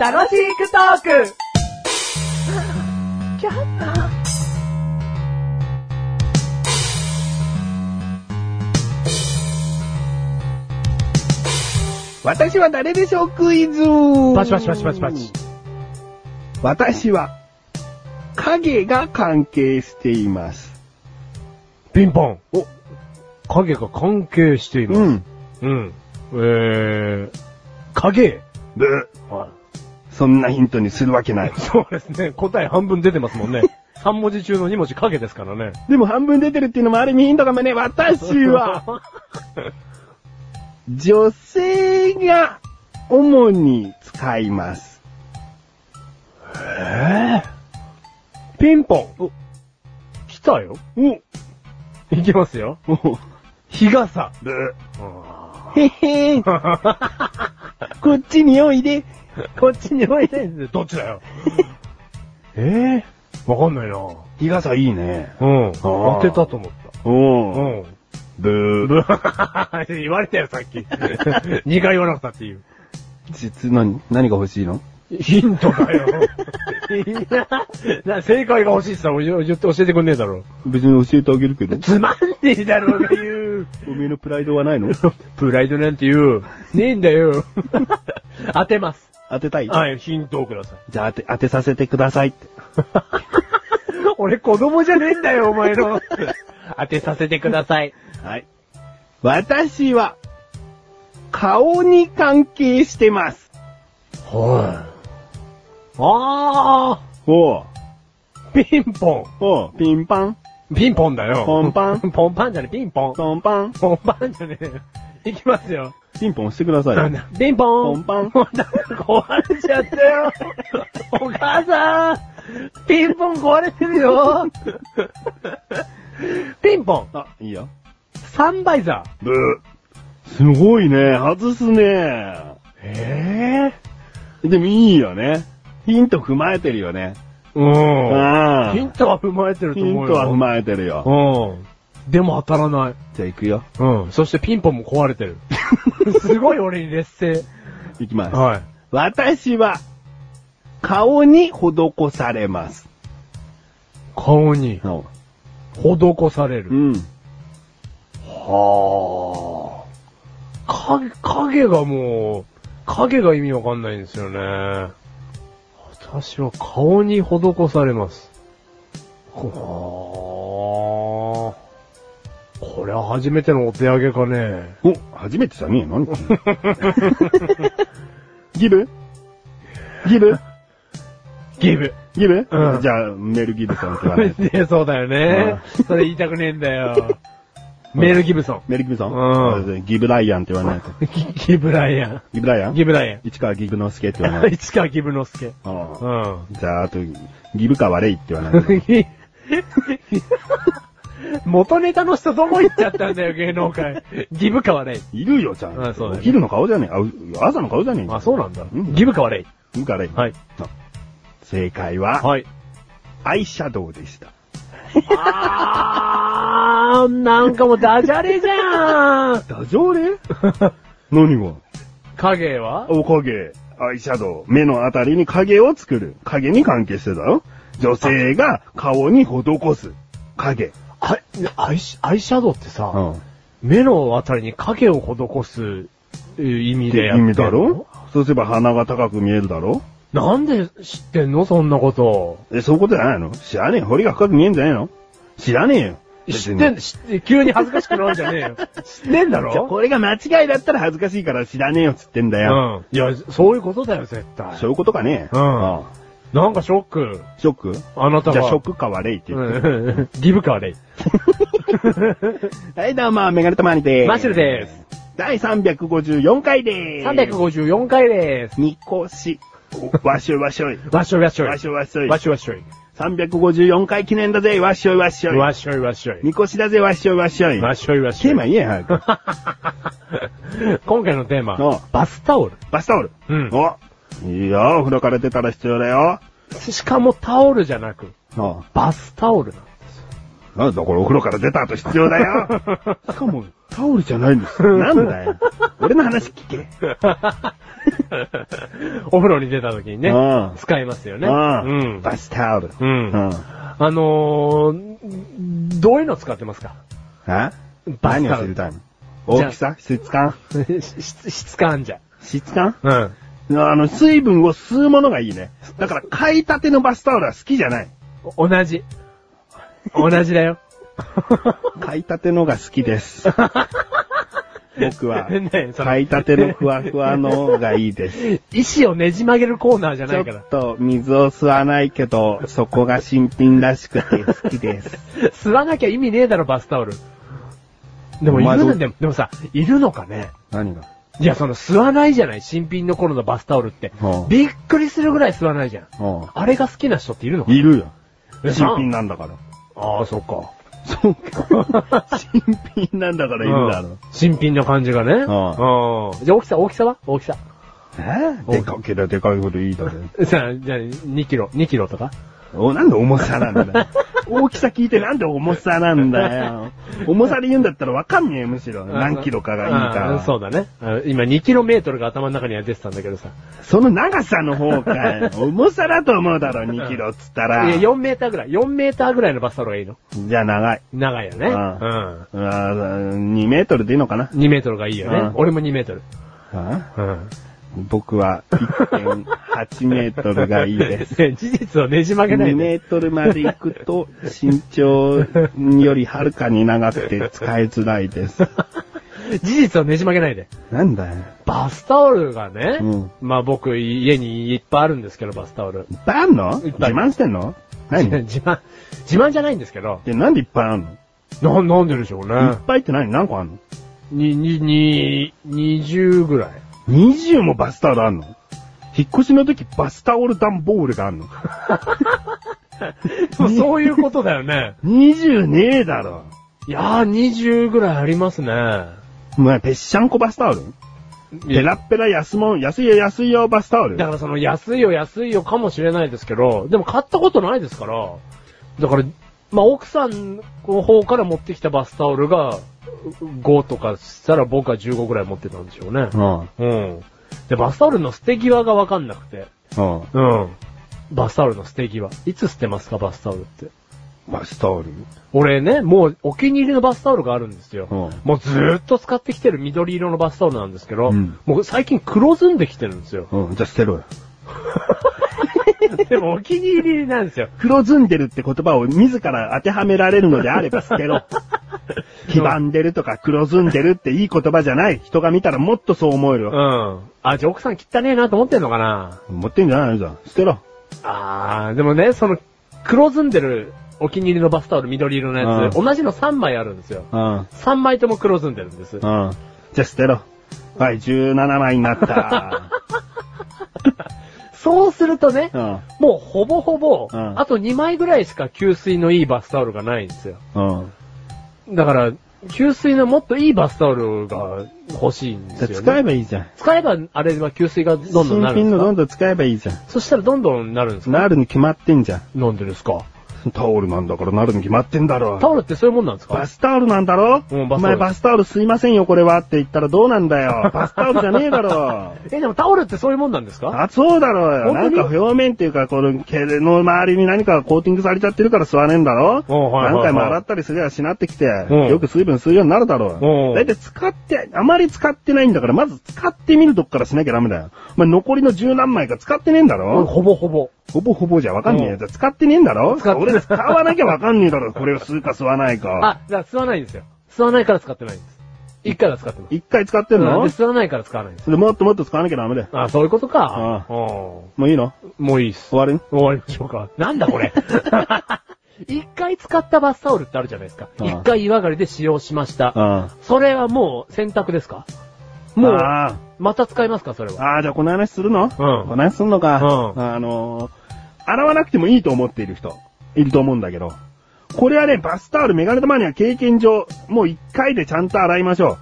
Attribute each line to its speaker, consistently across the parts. Speaker 1: 楽しくトーク
Speaker 2: 私は誰でしょうクイズ
Speaker 3: パチパチパチパチパチ。
Speaker 2: 私は、影が関係しています。
Speaker 3: ピンポン。
Speaker 2: お、
Speaker 3: 影が関係しています。
Speaker 2: うん。
Speaker 3: うん。えー、影。
Speaker 2: ブ
Speaker 3: は
Speaker 2: そんなヒントにするわけない
Speaker 3: い。。そうですね。答え半分出てますもんね。3文字中の2文字影ですからね。
Speaker 2: でも半分出てるっていうのもある意味ヒントがね、私は、 女性が主に使います。
Speaker 3: えー、 ピンポン。お来たよ。
Speaker 2: お、
Speaker 3: いきますよ。
Speaker 2: お、
Speaker 3: 日傘。
Speaker 2: ブへへー こっちにおいで。こっちにおいで。
Speaker 3: どっ ちだよ。えー、わかんないな
Speaker 2: 日傘いいね。
Speaker 3: うん。
Speaker 2: ー
Speaker 3: 当てたと思った。う
Speaker 2: おー。
Speaker 3: ん。
Speaker 2: ブー。
Speaker 3: ぶ 言われたよ、さっき。二回言わなくたっていう。
Speaker 2: 実何、何が欲しいの
Speaker 3: ヒントだよ。な正解が欲しいって言ったら言って教えてくんねえだろ。
Speaker 2: 別に教えてあげるけど。
Speaker 3: つまんねえだろうが言う。
Speaker 2: おめえのプライドはない の
Speaker 3: プライドなんて言う。ねえんだよ。 当てます。
Speaker 2: 当てたい
Speaker 3: はい、ヒントをください。
Speaker 2: じゃあ当て、当てさせてくださいって。
Speaker 3: 俺子供じゃねえんだよ、お前の。 当てさせてください。
Speaker 2: はい。私は、顔に関係してます。
Speaker 3: はい。あ
Speaker 2: おう。
Speaker 3: ー、ピンポ
Speaker 2: おう、ピンパン、
Speaker 3: ン。ピンポンだよ。
Speaker 2: ポンパン、
Speaker 3: ポンパンじゃねえ、ピンポン。
Speaker 2: トンパン、
Speaker 3: ポンパンじゃねえ。いきますよ。
Speaker 2: ピンポンしてください。
Speaker 3: ピンポ
Speaker 2: ポ
Speaker 3: ン
Speaker 2: ンパン
Speaker 3: もうなんか壊れちゃったよお母さんピンポン壊れてるよピンポン
Speaker 2: あ、いいよ。
Speaker 3: サンバイザ
Speaker 2: ブー。すごいね。外すね。
Speaker 3: ーえ
Speaker 2: でもいいよね。ヒント踏まえてるよね。
Speaker 3: えうん。
Speaker 2: あ
Speaker 3: ヒントは踏まえてると
Speaker 2: ヒ
Speaker 3: 思う
Speaker 2: ン
Speaker 3: よ。
Speaker 2: トは踏まえてるよ。
Speaker 3: うん。でも当たらない。
Speaker 2: じゃあ行くよ。
Speaker 3: うん。そしてピンポンも壊れてる。 すごい俺に劣勢。
Speaker 2: 行きます。
Speaker 3: はい。
Speaker 2: 私は、顔に施されます。
Speaker 3: 顔に
Speaker 2: う
Speaker 3: 施される。
Speaker 2: ん。
Speaker 3: はあ。影、影がもう、影が意味わかんないんですよね。私は顔に施されます。はあ。これは初めてのお手上げかね。
Speaker 2: お、初めてじゃねえ何 ギブギブ
Speaker 3: ギブ。
Speaker 2: ギブ、
Speaker 3: うん
Speaker 2: じゃあ、メル・ギブソンって言わない。
Speaker 3: ね そうだよね。それ言いたくねえんだよ。メール・ギブソン。
Speaker 2: メル・ギブソン
Speaker 3: う
Speaker 2: ギブ・ライアンって言わないと。
Speaker 3: ギブライア
Speaker 2: ギブ・ライア
Speaker 3: ン。
Speaker 2: ン
Speaker 3: ギブライ
Speaker 2: 市川ギブノスケって言わ
Speaker 3: ア
Speaker 2: な
Speaker 3: ン。
Speaker 2: い。
Speaker 3: 市川ギブノスケ。
Speaker 2: うん
Speaker 3: うん。
Speaker 2: じゃあ、あと、ギブか悪いって言わない。
Speaker 3: 元ネタの人どこ行っちゃったんだよ、芸能界。ギブか悪い。
Speaker 2: いるよ、ちゃんと。
Speaker 3: あそうだね
Speaker 2: お昼の顔じゃねえ。あう朝の顔じゃねえ。
Speaker 3: あ、そうなんだ。
Speaker 2: うん
Speaker 3: ギブか悪い。
Speaker 2: ギブか悪い。
Speaker 3: はい。
Speaker 2: 正解は、
Speaker 3: はい。
Speaker 2: アイシャドウでした。
Speaker 3: あー、なんかもうダジャレじゃん。
Speaker 2: ダジョウレ 何が
Speaker 3: 影は
Speaker 2: おかげ、アイシャドウ、目のあたりに影を作る。影に関係してたよ。女性が顔に施す。影。
Speaker 3: あアイシ、アイシャドウってさ、
Speaker 2: うん。っ
Speaker 3: 目のあたりに影を施すえー意味で
Speaker 2: て意
Speaker 3: やってんの
Speaker 2: 味だろそうすれば鼻が高く見えるだろ
Speaker 3: なんで知ってんのそんなこと。
Speaker 2: え、そういうことじゃないの知らねえ。堀が深く見えんじゃねえの知らねえよ。
Speaker 3: 知ってん、知って、急に恥ずかしくなるんじゃねえよ。知ってんだ
Speaker 2: じゃあ
Speaker 3: ろ
Speaker 2: これが間違いだったら恥ずかしいから知らねえよっつってんだよ。
Speaker 3: うん。いや、そういうことだよ、絶対。
Speaker 2: そういうことかね。
Speaker 3: うんなんかショック。
Speaker 2: ショックじ
Speaker 3: あなた
Speaker 2: ゃ
Speaker 3: が。
Speaker 2: あショックか悪いって言って。
Speaker 3: うん。ギブかあれ。
Speaker 2: はい、どうも、メガネとマニでーす。
Speaker 3: マッシュルです。
Speaker 2: 第354回でーす。
Speaker 3: 354回です。
Speaker 2: ニコシ。わっしょいわっしょい。
Speaker 3: わっしょいわっしょい。
Speaker 2: わっしょいわっしょい
Speaker 3: わっ。しょいわっしょい。
Speaker 2: 354回記念だぜ、わっしょいわっしょ
Speaker 3: わ
Speaker 2: い。
Speaker 3: っしょいわっしょい。
Speaker 2: ニコシだぜ、わっしょいわっしょい。
Speaker 3: わっしょいわっし
Speaker 2: テ
Speaker 3: ょ
Speaker 2: ー
Speaker 3: い。
Speaker 2: マ言え、早く。
Speaker 3: 今回のテー
Speaker 2: お
Speaker 3: マ。バスタオル。
Speaker 2: バスタオル。
Speaker 3: うん
Speaker 2: おいいよ、お風呂から出たら必要だよ。
Speaker 3: しかもタオルじゃなく、
Speaker 2: お
Speaker 3: バスタオルなんですよ。
Speaker 2: なんだこれお風呂から出た後必要だよ。しかも、タオルじゃないんですよ。なんだよ。俺の話聞け。
Speaker 3: お風呂に出た時にね
Speaker 2: うん、
Speaker 3: 使いますよね。
Speaker 2: ああ
Speaker 3: うん。
Speaker 2: バスタオル。
Speaker 3: う。
Speaker 2: うんん。
Speaker 3: あのー、どういうの使ってま すか
Speaker 2: あ
Speaker 3: バス
Speaker 2: 何を
Speaker 3: タオ
Speaker 2: 知り
Speaker 3: ル
Speaker 2: たいの大きさ質感
Speaker 3: 質質感じゃん。
Speaker 2: 質感
Speaker 3: うん。
Speaker 2: あの、水分を吸うものがいいね。だから、買いたてのバスタオルは好きじゃない。
Speaker 3: お同じ。同じだよ。
Speaker 2: 買いたてのが好き です。僕は
Speaker 3: ね、その
Speaker 2: 買いたてのふわふわのがいいです。
Speaker 3: 意思をねじ曲げるコーナーじゃ
Speaker 2: ち
Speaker 3: な
Speaker 2: ょ
Speaker 3: いから
Speaker 2: っ。と水を吸わないけど、そこが新品らしくて好きです。
Speaker 3: 吸わなきゃ意味ねえだろ、バスタオル。でも
Speaker 2: お
Speaker 3: い
Speaker 2: 前
Speaker 3: る
Speaker 2: ど
Speaker 3: のでも、でもさ、いるのかね
Speaker 2: 何が
Speaker 3: いや、その吸わないじゃない、新品の頃のバスタオルって
Speaker 2: はあ。
Speaker 3: びっくりするぐらい吸わないじゃん。
Speaker 2: あ
Speaker 3: あれが好きな人っているの
Speaker 2: あ
Speaker 3: か
Speaker 2: いるよ。
Speaker 3: え
Speaker 2: 新品なんだから。
Speaker 3: ああ、そっか。
Speaker 2: そう か。新品なんだからいるだ
Speaker 3: うん
Speaker 2: ろ。
Speaker 3: 新品な感じがね。うん。じゃ
Speaker 2: は
Speaker 3: あ大きさ、大きさは大きさ。
Speaker 2: えでかけりゃでかいほどいいだろ。
Speaker 3: さあ、じゃあ2キロ、2キロとか
Speaker 2: お、なんで重さなんだよ大きさ聞いてなんで重さなんだよ。重さで言うんだったらわかんねえよ、むしろ。何キロかがいい
Speaker 3: あ
Speaker 2: か
Speaker 3: あ。そうだね。あ今2キロメートルが頭の中には出てたんだけどさ。
Speaker 2: その長さの方かよ。重さだと思うだろ、2キロっつったら。
Speaker 3: いや、4メーターぐらい。4メーターぐらいのバスタオルがいいの。
Speaker 2: じゃあ長い。
Speaker 3: 長いよね。
Speaker 2: うん
Speaker 3: うん。
Speaker 2: うわー2メートルでいいのかな
Speaker 3: 2メートルがいいよ
Speaker 2: う
Speaker 3: ね
Speaker 2: ん。
Speaker 3: 俺も2メートル。
Speaker 2: あ
Speaker 3: うん。
Speaker 2: 僕は1.8メートルがいいです。
Speaker 3: 事実をねじ曲げない
Speaker 2: 2
Speaker 3: で。
Speaker 2: メートルまで行くと身長よりはるかに長くて使いづらいです。
Speaker 3: 事実をねじ曲げないで。
Speaker 2: なんだよ。
Speaker 3: バスタオルがね、
Speaker 2: うん
Speaker 3: まあ僕、家にいっぱいあるんですけど、バスタオル。
Speaker 2: いっぱいあんの
Speaker 3: いっ
Speaker 2: 自
Speaker 3: ぱい
Speaker 2: 慢してんの何
Speaker 3: 自慢、自慢じゃないんですけど、
Speaker 2: で、なんでいっぱいあんの、
Speaker 3: な、なんででしょう
Speaker 2: い
Speaker 3: ね
Speaker 2: っ。ぱいって何何個あんの
Speaker 3: に、に、に、20ぐらい。
Speaker 2: ?20 もバスタオルあんの引っ越しの時バスタオル段ボールがあんの
Speaker 3: でもそういうことだよね。
Speaker 2: ?20 ねえだろ。
Speaker 3: いやー、20ぐらいありますね。
Speaker 2: お前、ぺっしゃんこバスタオルペラッペラ安もん、安いよ安いよバスタオル
Speaker 3: だからその安いよ安いよかもしれないですけど、でも買ったことないですから、だから、まあ奥さんの方から持ってきたバスタオルが5とかしたら僕は15ぐらい持ってたんでしょうね。
Speaker 2: うん。
Speaker 3: うん。で、バスタオルの捨て際がわかんなくて。
Speaker 2: うん。
Speaker 3: うん。バスタオルの捨て際。いつ捨てますか、バスタオルって。
Speaker 2: バスタオル
Speaker 3: 俺ね、もうお気に入りのバスタオルがあるんですよ。
Speaker 2: うん
Speaker 3: もうずーっと使ってきてる緑色のバスタオルなんですけど、
Speaker 2: うん。
Speaker 3: もう最近黒ずんできてるんですよ
Speaker 2: うん、じゃあ捨てろよ。
Speaker 3: でもお気に入りなんですよ。
Speaker 2: 黒ずんでるって言葉を自ら当てはめられるのであれば捨て ろ。黄ばんでるとか黒ずんでるっていい言葉じゃない。人が見たらもっとそう思える
Speaker 3: う
Speaker 2: よ。
Speaker 3: ん。あ、じゃあ奥さん汚ねえなと思ってんのかな
Speaker 2: 持ってんじゃないのじゃん。捨てろ。
Speaker 3: あー、でもね、その、黒ずんでるお気に入りのバスタオル緑色のやつ、
Speaker 2: う
Speaker 3: 同じの3枚あるんですよ。
Speaker 2: うん。うん。
Speaker 3: 3枚とも黒ずんでるんです。
Speaker 2: じゃあ捨てろ。はい、17枚にな った。
Speaker 3: そうするとね、
Speaker 2: うん。
Speaker 3: もうほぼほぼ、
Speaker 2: うん
Speaker 3: あと2枚ぐらいしか吸水のいいバスタオルがないんですよ。
Speaker 2: うん。
Speaker 3: だから、吸水のもっといいバスタオルが欲しいんです
Speaker 2: じゃあ
Speaker 3: よ、ね。
Speaker 2: 使えばいいじゃん。
Speaker 3: 使えば、あれは吸水がどんどんな
Speaker 2: 新
Speaker 3: る
Speaker 2: 品の
Speaker 3: んです
Speaker 2: ど
Speaker 3: か
Speaker 2: んどん使えばいいじゃん。
Speaker 3: そしたらどんどんなるんですか
Speaker 2: なるに決まってんじゃ
Speaker 3: なんでですか
Speaker 2: ん。タオルなんだからなるに決まってんだろ
Speaker 3: タ。オルってそういうもんなんですか
Speaker 2: バスタオルなんだろ、
Speaker 3: うんバ
Speaker 2: お
Speaker 3: スタオ
Speaker 2: 前
Speaker 3: ル
Speaker 2: バスタオルすいませんよこれはって言ったらどうなんだよ。バスタオルじゃねえだろ。
Speaker 3: え、でもタオルってそういうもんなんですか
Speaker 2: あ、そうだろうよ。な
Speaker 3: 本当
Speaker 2: ん
Speaker 3: に
Speaker 2: か表面っていうか、この毛の周りに何かがコーティングされちゃってるから吸わねえんだろ
Speaker 3: おうはいはいはい
Speaker 2: 何回も洗ったりすりゃしなってきて、
Speaker 3: うん
Speaker 2: よく水分吸うようになるだろ
Speaker 3: おう
Speaker 2: だいたい使って、あまり使ってないんだから、まず使ってみるとこからしなきゃダメだよ。ま残りの十何枚か使ってねえんだ
Speaker 3: うん
Speaker 2: ろ
Speaker 3: ほぼほぼ。
Speaker 2: ほぼほぼじゃわかんねえ
Speaker 3: うん
Speaker 2: よ。じゃあ使ってねえんだろ
Speaker 3: 使って
Speaker 2: 俺使わなきゃわかんねえだろ。これを吸うか吸わないか。
Speaker 3: あ、じゃあ吸わないんですよ。吸わないから使ってないんです。一回は使ってます。
Speaker 2: 一回使ってん
Speaker 3: うん
Speaker 2: の
Speaker 3: で吸わないから使わないんです。
Speaker 2: それもっともっと使わなきゃダメだよ。
Speaker 3: あ、そういうことか。
Speaker 2: う
Speaker 3: うん
Speaker 2: もういいの
Speaker 3: もういいっす。
Speaker 2: 終わり
Speaker 3: 終わりましょうか。なんだ これ。一回使ったバスタオルってあるじゃないですか。
Speaker 2: うん
Speaker 3: 一回湯上がりで使用しました。
Speaker 2: あ
Speaker 3: それはもう洗濯ですか
Speaker 2: あ。
Speaker 3: もう、
Speaker 2: ああ
Speaker 3: また使いますかそれは。
Speaker 2: ああ、じゃあこの話するのうん。この話するのか。
Speaker 3: うん
Speaker 2: あのー、洗わなくてもいいと思っている人、いると思うんだけど。これはね、バスタオルメガネ玉には経験上、もう一回でちゃんと洗いましょ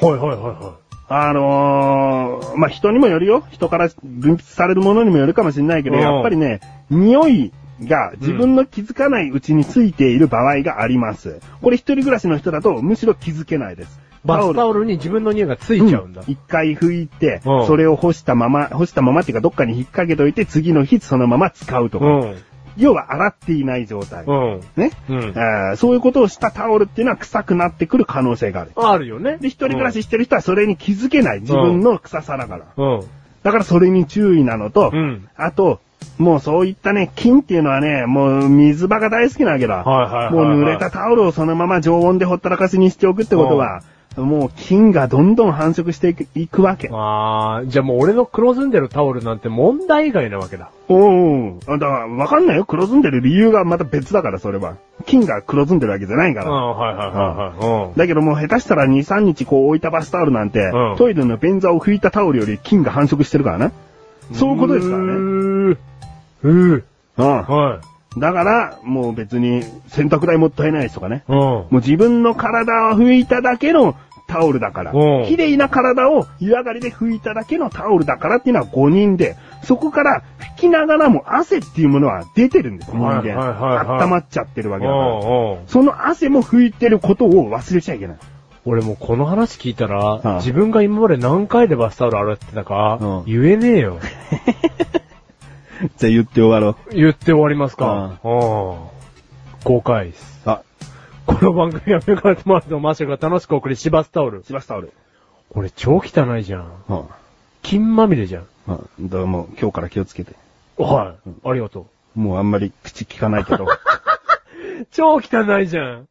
Speaker 2: う。
Speaker 3: はいはいはいは
Speaker 2: あのー、まあ、人にもよるよ。人から分泌されるものにもよるかもしれないけど、
Speaker 3: うん
Speaker 2: やっぱりね、匂いが自分の気づかないうちについている場合があります。これ一人暮らしの人だとむしろ気づけないです。
Speaker 3: バスタオルに自分の匂いがついちゃうんだ。
Speaker 2: 一回拭いて、
Speaker 3: うん
Speaker 2: それを干したまま、干したままっていうかどっかに引っ掛けといて、次の日そのまま使うとか。
Speaker 3: うん。
Speaker 2: 要は洗っていない状態。
Speaker 3: うん。
Speaker 2: ね、
Speaker 3: うん。
Speaker 2: あーそういうことをしたタオルっていうのは臭くなってくる可能性がある。
Speaker 3: あるよね。
Speaker 2: で、一人暮らししてる人はそれに気づけない。自分の臭さだから。
Speaker 3: うん。
Speaker 2: だからそれに注意なのと、
Speaker 3: うん。
Speaker 2: あと、もうそういったね、菌っていうのはね、もう水場が大好きなわけだ。
Speaker 3: はいはいはいはい
Speaker 2: もう濡れたタオルをそのまま常温でほったらかしにしておくってことは、もう菌がどんどん繁殖していくいくわけ。
Speaker 3: あー、じゃあもう俺の黒ずんでるタオルなんて問題外なわけだ。
Speaker 2: おうおうあだから、わかんないよ。黒ずんでる理由がまた別だから、それは。菌が黒ずんでるわけじゃないか
Speaker 3: うん、
Speaker 2: ら。
Speaker 3: はいはいは
Speaker 2: だけどもう下手したら2、3日こう置いたバスタオルなんて、
Speaker 3: うん
Speaker 2: トイレの便座を拭いたタオルより菌が繁殖してるからな。
Speaker 3: いはい。
Speaker 2: そういうことですからね
Speaker 3: ね。うー。
Speaker 2: うん。
Speaker 3: はい。
Speaker 2: だから、もう別に洗濯代もったいないとかね。
Speaker 3: うん。
Speaker 2: もう自分の体を拭いただけのタオルだから
Speaker 3: うん。
Speaker 2: 綺麗な体を湯上がりで拭いただけのタオルだからっていうのは5人で、そこから拭きながらも汗っていうものは出てるんです、人
Speaker 3: はい
Speaker 2: 間。
Speaker 3: はいはいはい
Speaker 2: 温まっちゃってるわけだから。
Speaker 3: うんうん
Speaker 2: その汗も拭いてることを忘れちゃいけない。
Speaker 3: 俺もうこの話聞いたら、
Speaker 2: うん
Speaker 3: 自分が今まで何回でバスタオル洗ってたか、
Speaker 2: うん
Speaker 3: 言えねえよ。
Speaker 2: じゃあ言って終わろう。
Speaker 3: 言って終わりますか。うん。5回です。
Speaker 2: あ、
Speaker 3: この番組はメガネとマルのマーシャルが楽しくお送りしバスタオル。
Speaker 2: しばすタオル。
Speaker 3: これ超汚いじゃん。
Speaker 2: うん。うん。
Speaker 3: 金まみれじゃん。
Speaker 2: どうも、今日から気をつけて。
Speaker 3: はい。ありがと
Speaker 2: もうあんまり口聞かないけど。
Speaker 3: う。超汚いじゃん。